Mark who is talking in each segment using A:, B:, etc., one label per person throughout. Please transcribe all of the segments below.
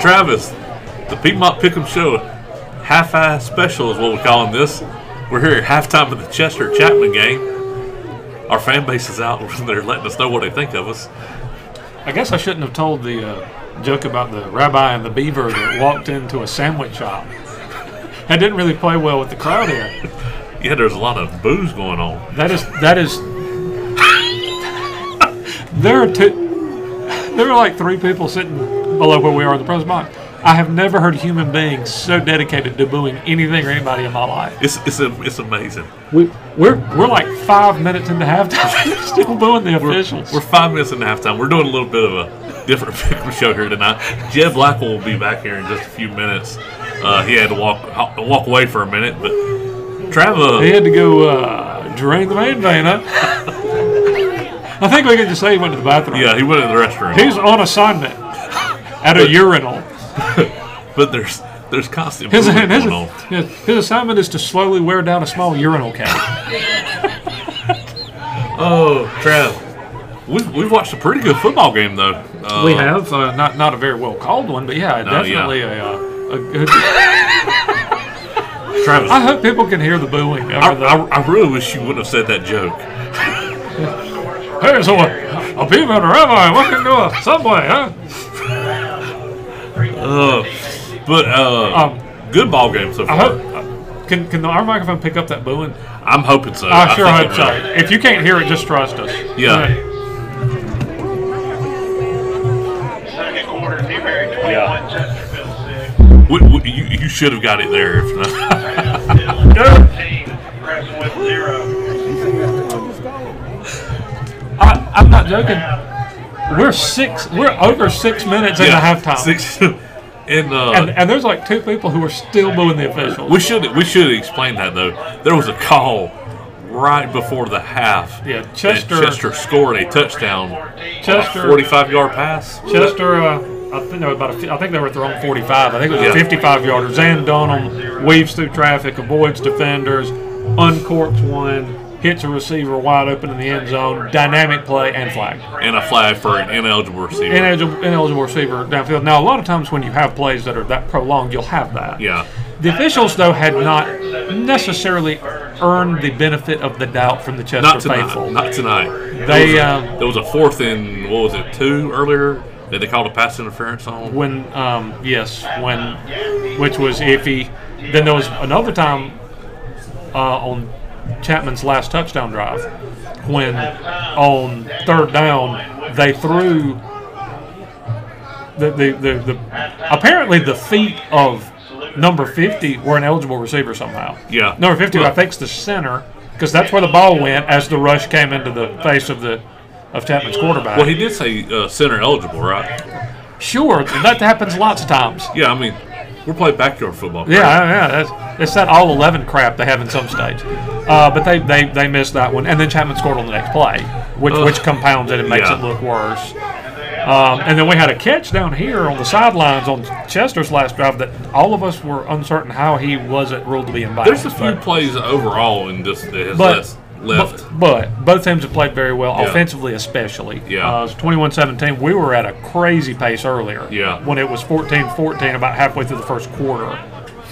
A: Travis, the Piedmont Pick'em Show half ass special is what we're calling this. We're here at halftime of the Chester Chapman game. Our fan base is out and they're letting us know what they think of us.
B: I guess I shouldn't have told the uh, joke about the rabbi and the beaver that walked into a sandwich shop. That didn't really play well with the crowd here.
A: Yeah, there's a lot of booze going on.
B: That is that is. there are two. There are like three people sitting below where we are in the press box. I have never heard a human being so dedicated to booing anything or anybody in my life.
A: It's it's it's amazing.
B: We, we're we're like five minutes into halftime, and they're still booing the officials.
A: We're five minutes into halftime. We're doing a little bit of a different pick'em show here tonight. Jeb Blackwell will be back here in just a few minutes. Uh, he had to walk walk away for a minute, but Travis.
B: He had to go uh, drain the main vein up. I think we can just say he went to the bathroom.
A: Yeah, he went to the restroom.
B: He's on assignment at a urinal.
A: but there's there's constant
B: His,
A: movement
B: his,
A: going on.
B: his, his assignment is to slowly wear down a small urinal cap.
A: Oh, Trav, we've, we've watched a pretty good football game though. Uh, Oh,
B: we have uh, not not a very well called one, but yeah, definitely a. Uh, a good,
A: Travis.
B: I
A: I,
B: hope people can hear the booing. over the-
A: I, I really wish you wouldn't have said that joke.
B: Hey, so a, a beaver and a rabbi walking to a subway, huh?
A: Uh, but uh,
B: Um,
A: good ball game so
B: I
A: far.
B: hope. Uh, can can our microphone pick up that booing?
A: I'm hoping so.
B: I sure
A: Uh, think
B: hope
A: it
B: so.
A: will.
B: If you can't hear it, just trust us.
A: Yeah.
C: Second quarter, Newberry 21, Chesterfield 6.
A: We, we, you, you should have got it there. If not.
B: Good.
C: 13, Crestwood 0.
B: I, I'm not joking. We're six. We're over six minutes into
A: Yeah,
B: halftime,
A: Six, and, uh,
B: and, and there's like two people who are still booing the officials.
A: we should we should explain that though. There was a call right before the half.
B: Yeah,
A: that
B: Chester-
A: Chester scored a touchdown.
B: Chester,
A: Forty-five yard pass.
B: Chester. Uh, I think they were about. A, fi- I think they were throwing 45. I think it was
A: Yeah.
B: a 55 yarder. Zan Donham weaves through traffic, avoids defenders, uncorks one, hits a receiver wide open in the end zone. Dynamic play and flag.
A: and a flag for an ineligible receiver.
B: Ineligible, ineligible receiver downfield. Now a lot of times when you have plays that are that prolonged, you'll have that.
A: yeah,
B: The officials, though, had not necessarily earned the benefit of the doubt from the Chester
A: not tonight.
B: faithful.
A: Not tonight.
B: They,
A: there was, a,
B: um,
A: there was a fourth in what was it two earlier that they called a pass interference on.
B: when, um, yes, when, which was iffy. Then there was another time uh, on Chapman's last touchdown drive when on third down they threw the the, the, the apparently the feet of number 50 were an eligible receiver somehow.
A: Yeah.
B: Number 50, I think's the center because that's where the ball went as the rush came into the face of the of Chapman's quarterback.
A: Well, he did say uh, center eligible, right?
B: sure, that happens lots of times.
A: Yeah, I mean, we're playing backyard football.
B: Yeah, yeah, that's it's that all eleven crap they have in some states. Uh, but they, they they missed that one, and then Chapman scored on the next play, which
A: Ugh.
B: which compounds it and makes
A: Yeah.
B: it look worse. Um, and then we had a catch down here on the sidelines on Chester's last drive that all of us were uncertain how he wasn't ruled to be in
A: There's a few plays overall in this that has less left.
B: But, but both teams have played very well,
A: Yeah.
B: offensively especially.
A: Yeah.
B: Uh, it's 21-17. We were at a crazy pace earlier.
A: Yeah.
B: When it was 14-14 about halfway through the first quarter.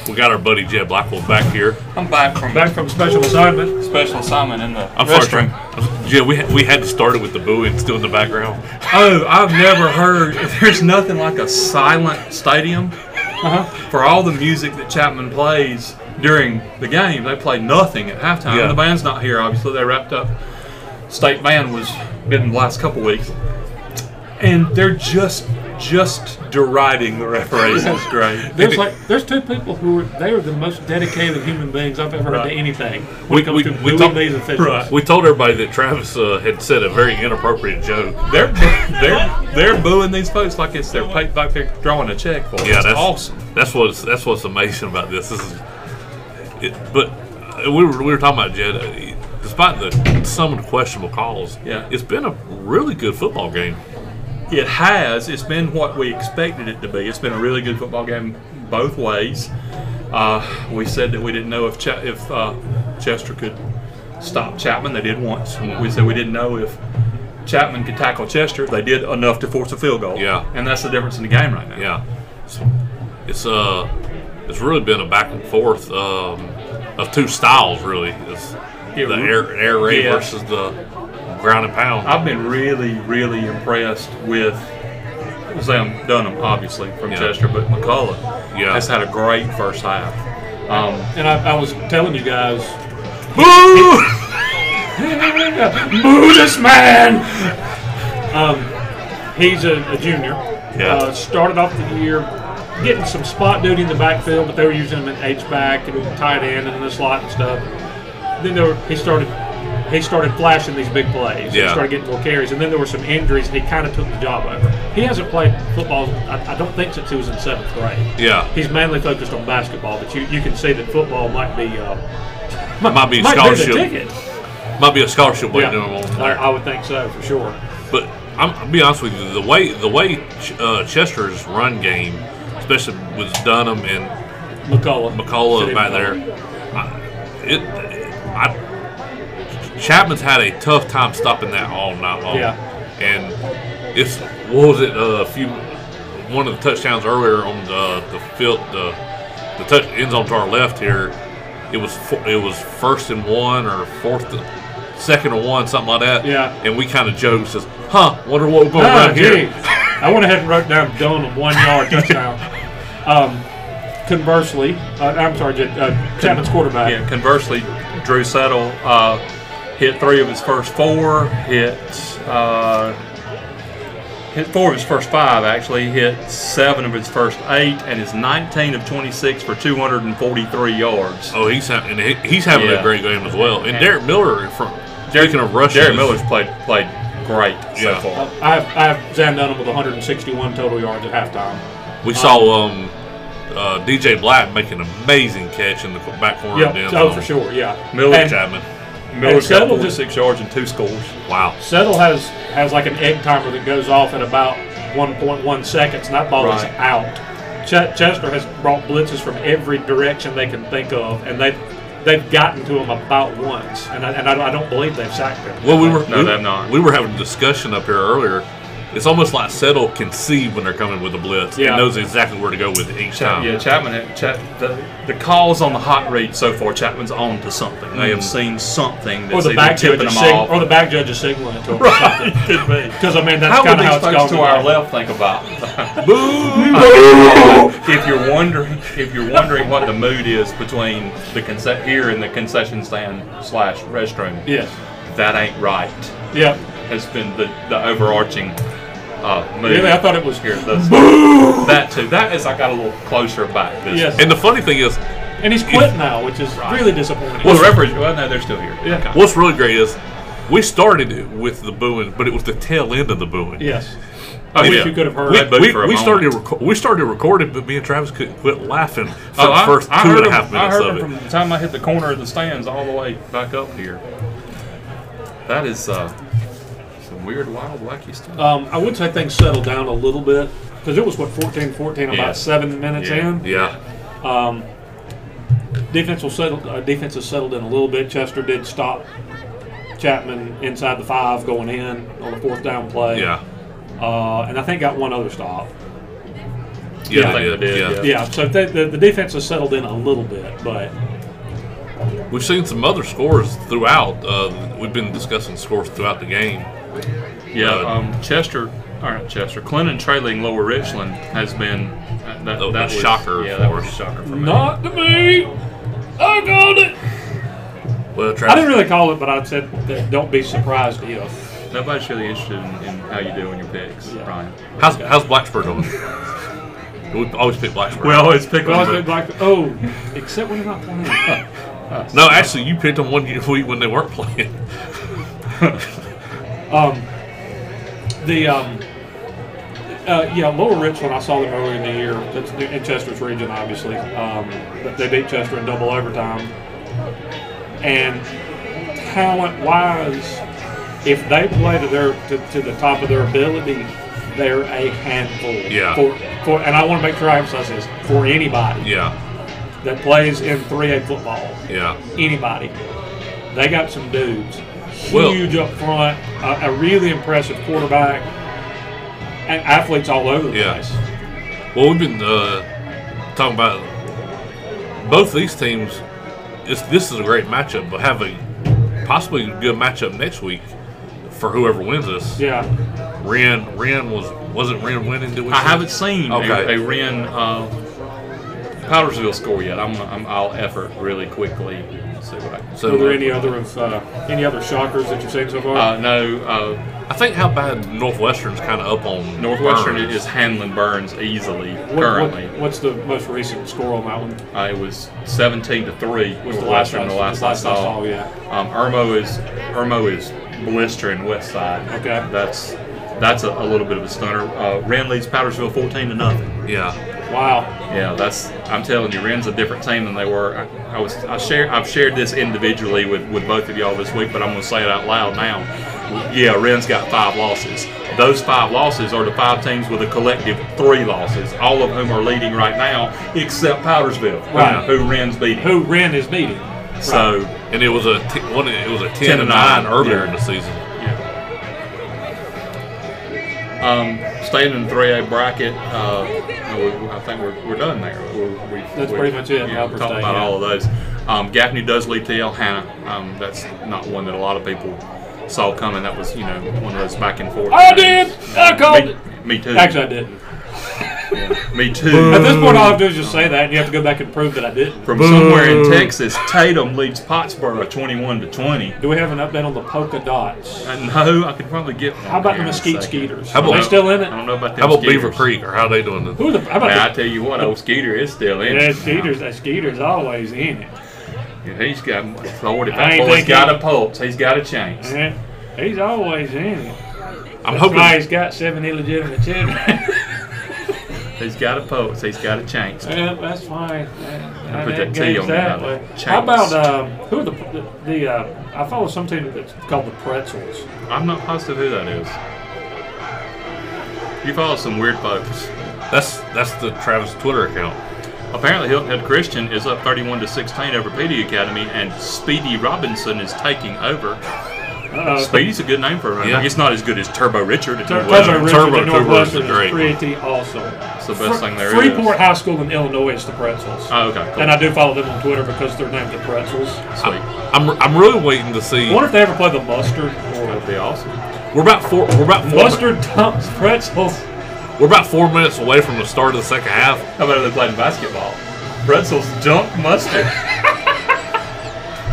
A: we got our buddy Jeb Blackwell back here.
D: I'm back from
B: Back from special assignment.
D: special assignment in the
A: I'm sorry,
D: restroom.
A: Jeb. We had, we had to start it with the booing still in the background.
D: Oh, I've never heard. There's nothing like a silent stadium for all the music that Chapman plays during the game. They play nothing at halftime.
A: Yeah.
D: The band's not here, obviously. They wrapped up. State band was been the last couple weeks, and they're just just deriding the referees. It's great.
B: There's like there's two people who are they are the most dedicated human beings I've ever heard to
D: Right.
B: anything. When
A: We-
B: it comes
A: we-
B: to
A: we
B: booing
A: talk-
B: these officials.
D: Right.
A: We told everybody that Travis uh, had said a very inappropriate joke.
D: They're they're they're booing these folks like it's their pay, like they're drawing a check for. 'em.
A: Yeah,
D: it's
A: that's
D: awesome.
A: That's what's that's what's amazing about this. This is, it, but uh, we were we were talking about Jed. uh, Despite the some of the questionable calls,
D: Yeah.
A: it's been a really good football game.
D: It has. It's been what we expected it to be. It's been a really good football game both ways. Uh, we said that we didn't know if Ch- if uh, Chester could stop Chapman. They did once. We said we didn't know if Chapman could tackle Chester. They did enough to force a field goal.
A: Yeah.
D: And that's the difference in the game right now.
A: Yeah. it's uh it's really been a back and forth um, of two styles really. It's
D: Yeah,
A: the
D: re-
A: air air raid
D: yeah.
A: versus the ground and pound.
D: I've been really, really impressed with Sam Dunham, obviously from
A: Yeah.
D: Chester, but McCullough
A: Yeah.
D: has had a great first half. Um,
B: And I, I was telling you guys,
A: Boo!
D: Boo this man!
B: he's a, a junior.
A: Yeah.
B: Uh, started off the year getting some spot duty in the backfield, but they were using him in H back and tight end and in the slot and stuff. Then there were, he started he started flashing these big plays. He
A: Yeah.
B: started getting more carries, and then there were some injuries, and he kind of took the job over. He hasn't played football, I, I don't think, since he was in seventh grade.
A: yeah,
B: He's mainly focused on basketball, but you, you can see that football might be uh,
A: might be a
B: might be the
A: scholarship.
B: ticket.
A: Might be a scholarship way
B: Yeah,
A: to do him on
B: I,
A: there.
B: I would think so for sure.
A: But I'm, I'll be honest with you, the way the way Ch- uh, Chester's run game, especially with Dunham and
B: McCullough,
A: McCullough back there, I, it, I, Chapman's had a tough time stopping that all night long.
B: Yeah.
A: and it's what was it uh, a few one of the touchdowns earlier on the the field the the touch end zone to our left here. It was fo- it was first and one or fourth, and- second and one, something like that.
B: Yeah.
A: and we kind of joked, says, "Huh, wonder what we're going
B: Ah,
A: around here."
B: geez. I went ahead and wrote down Dunham one yard touchdown. Um, conversely, uh, I'm sorry, J- uh, Chapman's quarterback.
D: Yeah, conversely, Drew Settle uh, hit three of his first four, hit uh, hit four of his first five actually, hit seven of his first eight, and is 19 of 26 for 243 yards.
A: Oh, he's having he, he's having
D: Yeah.
A: a great game as well. And Derek Miller from
D: Derek-
A: speaking of rushes,
D: Jerry Miller's played played great so
A: Yeah.
D: far.
B: Uh, I have, I have Zan Dunham with 161 total yards at halftime.
A: we saw um, uh, DJ Black make an amazing catch in the co- back corner. of the
B: Yeah,
A: end
B: oh
A: zone.
B: for sure, yeah.
D: Miller
B: and
A: Chapman.
D: Miller's got
B: Settle just-
D: 46 yards and two scores.
A: Wow.
B: Settle has has like an egg timer that goes off in about 1.1 seconds, and that ball is
D: Right.
B: out. Ch- Chester has brought blitzes from every direction they can think of, and they've they've gotten to him about once, and I, and I, don't- I don't believe they've sacked him.
A: Well, we were
D: No,
A: we,
D: they're not.
A: We were having a discussion up here earlier. It's almost like Settle can see when they're coming with a blitz.
B: Yeah.
A: and knows exactly where to go with it each
D: Chap-
A: time.
D: yeah, Chapman. had- Chap, the, the calls on the hot read so far, Chapman's on to something. They have
A: Mm.
D: seen something
B: Or
D: that's
B: the
D: either
B: back judge
D: tipping
B: is
D: them
B: sig-
D: off.
B: or the back judge is signaling to him.
D: Right, could be.
B: Because I mean that's
D: How would
B: kind of how it's
D: these
B: going.
D: folks to our left think about? if you're wondering, if you're wondering what the mood is between the conce- here and the concession stand slash restroom,
B: Yes.
D: that ain't right.
B: Yeah.
D: Has been the, the overarching uh, mood.
B: Really, I thought it was
D: here. That's, That too. That is, I got a little closer back. This
B: Yes.
A: And the funny thing is,
B: And he's quit now, which is really disappointing.
D: Well, the referee. Well, no, they're still here.
B: Yeah.
D: Okay.
A: what's really great is we started it with the booing, but it was the tail end of the booing.
B: yes.
D: Oh,
B: Which
D: yeah.
B: you could have heard.
A: We,
D: That booed
A: we,
D: for a
A: we
D: moment.
A: started reco- we started recording, but me and Travis couldn't quit laughing for
D: Oh,
A: the
D: I-
A: first two
D: I
A: and
D: heard
A: a
D: him-
A: half
D: I
A: minutes
D: heard him
A: of it.
D: from the time I hit the corner of the stands all the way back up here. That is uh, some weird, wild, wacky stuff.
B: Um, I would say things settled down a little bit because it was what 14-14 about
D: Yeah.
B: seven minutes
D: Yeah.
B: in.
A: Yeah,
B: Defense will settle. Uh, defense has settled in a little bit. Chester did stop Chapman inside the five going in on the fourth down play.
A: yeah,
B: Uh, and I think got one other stop.
A: yeah, they
D: I think
A: did,
D: they did,
A: yeah.
D: yeah.
B: Yeah. So the, the, the defense has settled in a little bit, but
A: We've seen some other scores throughout. Uh, we've been discussing scores throughout the game.
D: yeah,
A: uh,
D: um, Chester, all right, Chester, Clinton trailing Lower Richland has been uh,
A: That
D: that, that,
A: was
D: was
A: a shocker
D: Yeah,
A: for
D: that was a
A: us.
D: shocker for me.
B: not to me. I got it.
A: Well, Travis,
B: I didn't really call it, but I said that don't be surprised if.
D: Nobody's really interested in, in how you do on your picks,
B: Yeah.
D: Brian.
A: How's, how's Blacksburg doing? we always pick Blacksburg.
D: always pick
B: Well, I said like, oh, except when you're not playing.
A: no, actually, you picked them one year- week when they weren't playing.
B: Um, the um, uh, yeah, Lower Richland. I saw them earlier in the year. That's the- in Chester's region, obviously. Um, but they beat Chester in double overtime. And talent wise, if they play to their to, to the top of their ability, they're a handful.
A: Yeah.
B: For, for and I want to make sure I emphasize this for anybody
A: Yeah,
B: that plays in 3A football
A: yeah.
B: anybody. They got some dudes.
A: Well-
B: Huge up front, a, a really impressive quarterback, and athletes all over the
A: Yeah.
B: place.
A: Well, we've been uh, talking about both these teams. It's, this is a great matchup, but have a possibly good matchup next week for whoever wins this.
B: Yeah.
A: Ren, Ren was wasn't Ren winning? Did we
D: I
A: say?
D: haven't seen
A: Okay.
D: a, a Ren uh, Powdersville score yet. I'm, I'm I'll effort really quickly. and See what I can.
A: So
B: Are there any other of uh, any other shockers that you've seen so far?
D: Uh, no, uh,
A: I think how bad Northwestern's kind of up on
D: Northwestern
A: Burns.
D: is handling Burns easily
B: What- what-
D: currently.
B: what's the most recent score on that one?
D: Uh, it was 17 to three.
B: Was the last
D: Northwestern
B: I-
D: the last, I saw.
B: yeah.
D: Um, Ermo is Ermo is blistering West Side.
B: Okay.
D: that's that's a, a little bit of a stunner. Uh, Ren leads Powdersville 14 to nothing.
A: Yeah,
B: Wow.
D: Yeah, that's. I'm telling you, Ren's a different team than they were. I, I was. I share. I've shared this individually with, with both of y'all this week, but I'm going to say it out loud now. Yeah, Ren's got five losses. Those five losses are the five teams with a collective three losses, all of whom are leading right now, except Powdersville, who-
B: Right.
D: who, Ren's beating.
B: Who Ren is beating?
D: So
A: and it was a t- one. It was a ten, and
D: 10 and
A: nine,
D: nine,
A: earlier
D: yeah.
A: in the season.
D: Yeah. Um, staying in three A bracket, uh, no, we, I think we're, we're done there. We're, we,
B: That's
D: we-
B: pretty much it,
D: Yeah,
B: upper
D: we talked
B: state,
D: about
B: yeah.
D: all of those. Um, Gaffney does lead to El Hannah. Um, that's not one that a lot of people saw coming. That was you know one of those back and forth.
B: I
D: things.
B: did! I called
D: me,
B: it.
D: Me too.
B: Actually, I didn't.
D: me too.
B: At this point, all I have to do is just say that, and you have to go back and prove that I didn't.
D: From somewhere in Texas, Tatum leads Pottsboro twenty-one to twenty.
B: Do we have an update on the polka dots?
D: I know I could probably get one.
B: How about
D: here
B: the
D: in a
B: mesquite
D: second.
B: skeeters?
A: How
B: Are
A: about-
B: they still in
D: I don't
B: it?
D: know about them
A: How about Beaver
D: skeeters.
A: Creek or how they doing this?
B: Who are the? How
D: Man, I
B: about the?
D: tell you what, old Skeeter is still in.
B: Yeah,
D: it.
B: skeeters. That skeeters always in it.
D: Yeah, he's got Lord. If
B: I
D: that
B: ain't
D: boy's
B: thinking-
D: got a pulse, he's got a chance.
B: Yeah, Eh, he's always in it.
A: I'm
B: That's why
A: hoping.
B: he's got seven illegitimate children.
D: He's got a pulse. He's got a chance.
B: yeah, that's why. That,
D: put that T
B: game's
D: on
B: that
D: that
B: way.
D: change.
B: How about um, who are the the, the uh, I follow some team that's called the Pretzels.
D: I'm not positive who that is. You follow some weird folks.
A: That's that's the Travis Twitter account.
D: Apparently, Hilton Head Christian is up 31 to 16 over PD Academy, and Speedy Robinson is taking over.
B: Uh,
D: Speedy's a good name for a running
A: Yeah.
D: back. It's not as good as Turbo Richard. It's
B: Turbo
A: Turbo
B: Richard
A: Turbo
B: at Northwestern
A: Turbo is
B: is pretty awesome.
D: It's the best thing there is.
B: Freeport High School in Illinois is the Pretzels,
D: Oh, okay. Cool.
B: and I do follow them on Twitter because they're named the Pretzels.
D: Sweet.
A: I'm I'm really waiting to see.
B: I wonder if they ever play the Mustard.
D: That'd
B: Or
D: be awesome.
A: We're about four. We're about four.
B: mustard dumps pretzels.
A: We're about four minutes away from the start of the second half.
D: How about if they played basketball? Pretzels dunk mustard.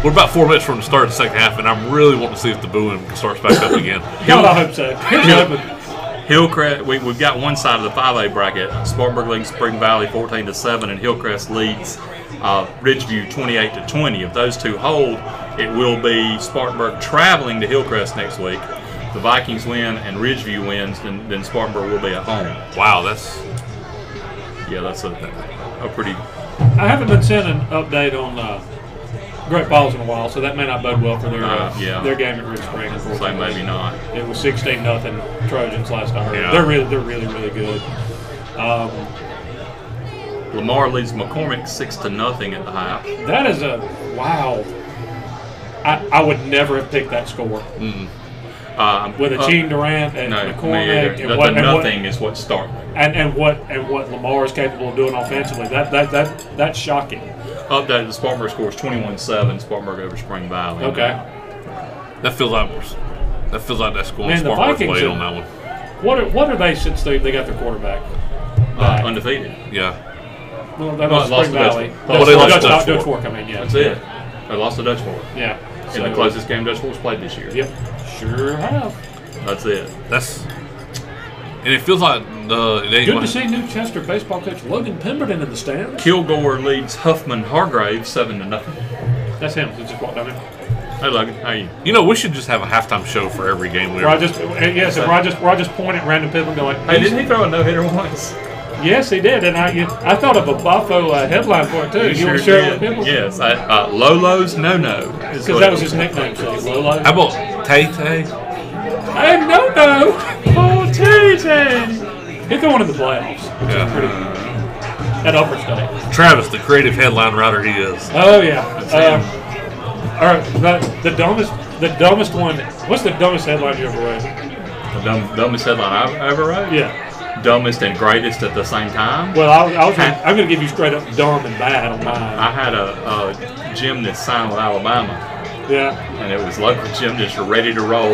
A: We're about four minutes from the start of the second half, and I'm really wanting to see if the booing starts back up again.
B: God, I hope so. Here's hoping.
D: Hillcrest, we, we've got one side of the 5A bracket. Spartanburg leads Spring Valley 14 to 7, and Hillcrest leads uh, Ridgeview 28 to 20. If those two hold, it will be Spartanburg traveling to Hillcrest next week. If The Vikings win and Ridgeview wins, then, then Spartanburg will be at home.
A: Wow, that's
D: Yeah, that's a, a pretty.
B: I haven't been sent an update on uh, Great Falls in a while, so that may not bode well for their uh,
D: Uh, yeah.
B: their game at Ridge Spring. unfortunately.
D: So maybe not.
B: It was sixteen nothing Trojans last I heard.
A: Yeah.
B: They're really they're really really good. Um,
D: Lamar leads McCormick 6 to nothing at the half.
B: that is a wow. I, I would never have picked that score
D: Uh,
B: with a
D: uh,
B: Gene Durant and
D: No, me either.
B: McCormick
D: The-
B: and
D: the
B: what, and what
D: nothing is what's startling.
B: and, and what and what Lamar is capable of doing offensively. That that that that's shocking.
D: Updated the Spartanburg scores 21-7 Spartanburg over Spring Valley.
B: Okay.
A: that feels like that feels like that's going
B: Man, the
A: Spartanburg
B: Vikings
A: way
B: are-
A: on that one.
B: What are, what are they since they, they got their quarterback?
D: Uh, undefeated.
A: Yeah,
B: Well, that
D: No,
B: was
D: it lost
B: Spring
D: to Dutch-
B: Valley.
D: lost
B: Dutch-
A: to Dutch
B: Dutch-
A: Fork.
B: Dutch Fork, I mean, yeah.
D: That's it. They lost to Dutch Fork
B: Yeah.
D: in the closest game Dutch Fork's played this year.
B: Yep. Sure have.
D: That's it.
A: that's and it feels like uh, it ain't
B: Good
A: gonna-
B: to see new Chester baseball coach Logan Pemberton in the stands.
D: Kilgore leads Huffman Hargrave seven to nothing.
B: That's him. He just walked down there.
D: Hey Logan, how you?
A: You know, we should just have a halftime show for every game we
B: Where I
A: ever.
B: just yes, where I just where I just point at random people and go like,
D: Hey, didn't he throw a no hitter once?
B: Yes, he did, and I I thought of a Buffo uh, headline for it too. You, want to share it with people?
D: Yes, I, uh, Lolo's no no.
B: Because that was his nickname, so Lolo.
A: How about Tay Tay?
B: Hey, no, no. Oh, TJ. He's going in the playoffs, which
A: Yeah.
B: is pretty. At Upper State.
A: Travis, the creative headline writer he is.
B: Oh yeah. Um, all right, but the dumbest, the dumbest one. What's the dumbest headline you ever read?
D: the dumb, dumbest headline I've ever read.
B: Yeah.
D: dumbest and greatest at the same time.
B: Well, I, I was gonna, I'm going to give you straight up dumb and bad on mine.
D: I had a, a gymnast sign with Alabama,
B: Yeah,
D: and it was local gymnast ready to roll.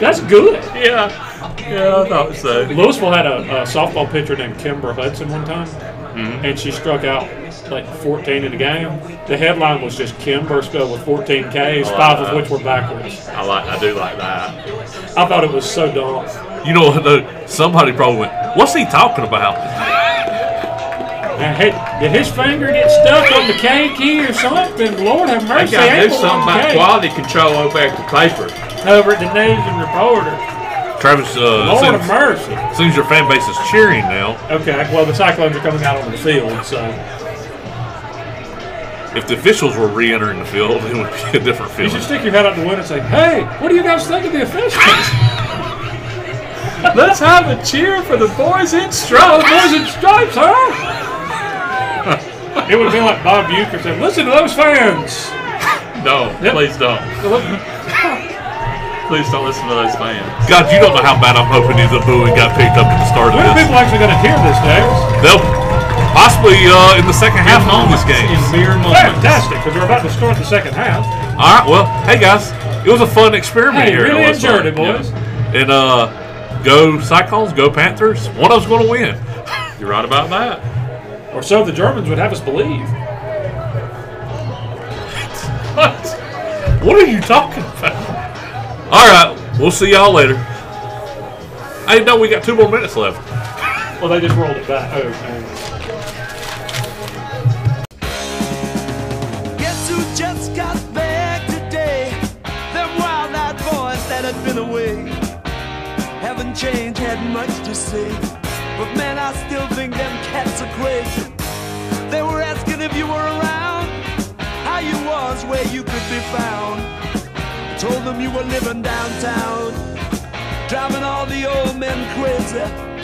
B: that's good.
D: Yeah, yeah, I thought so.
B: Louisville had a, a softball pitcher named Kimber Hudson one time, and she struck out like 14 in the game. The headline was just Kimber spelled with 14 Ks, five of
D: that.
B: which were backwards.
D: I like, I do like that.
B: I thought it was so dumb.
A: You know what? though? Somebody probably went, "What's he talking about?"
B: And hey, did his finger get stuck on the cake here or something? Lord have
D: They
B: mercy.
D: got to do
B: ain't belong
D: something
B: to
D: about
B: cake.
D: quality control over at the paper.
B: Over at the News and Reporter.
A: Travis, uh,
B: Lord have
A: seems,
B: mercy.
A: seems your fan base is cheering now.
B: Okay, well, the Cyclones are coming out on the field, so.
A: If the officials were re-entering the field, it would be a different
B: You
A: feeling.
B: should stick your head out the window and say, hey, what do you guys think of the officials?
D: Let's have a cheer for the boys in strokes.
B: Boys in stripes, huh? it would be like Bob Bucher said, listen to those fans.
D: No, please don't. Please don't listen to those fans.
A: God, you don't know how bad I'm hoping these are booing got picked up at the start of
B: When are
A: this.
B: people actually going to hear this, Davis?
A: They'll possibly uh, in the second half on this game.
D: In mere moments.
B: Fantastic, because we're about to start the second half.
A: All right. Well, hey guys, it was a fun experiment
B: Hey,
A: here.
B: really
A: at West
B: enjoyed it,
A: Point.
B: boys.
A: Yeah. And uh, go Cyclones, go Panthers. One of them's going to win.
D: You're right about that.
B: Or so the Germans would have us believe.
A: What are you talking about? All right, we'll see y'all later. Hey, no, we got two more minutes left.
B: Well, they just rolled it back. Oh, man.
E: Guess who just got back today? Them wild-eyed boys that had been away haven't changed, had much to say. But man, I still think them cats are crazy. They were asking if you were around, how you was, where you could be found. I told them you were living downtown, driving all the old men crazy.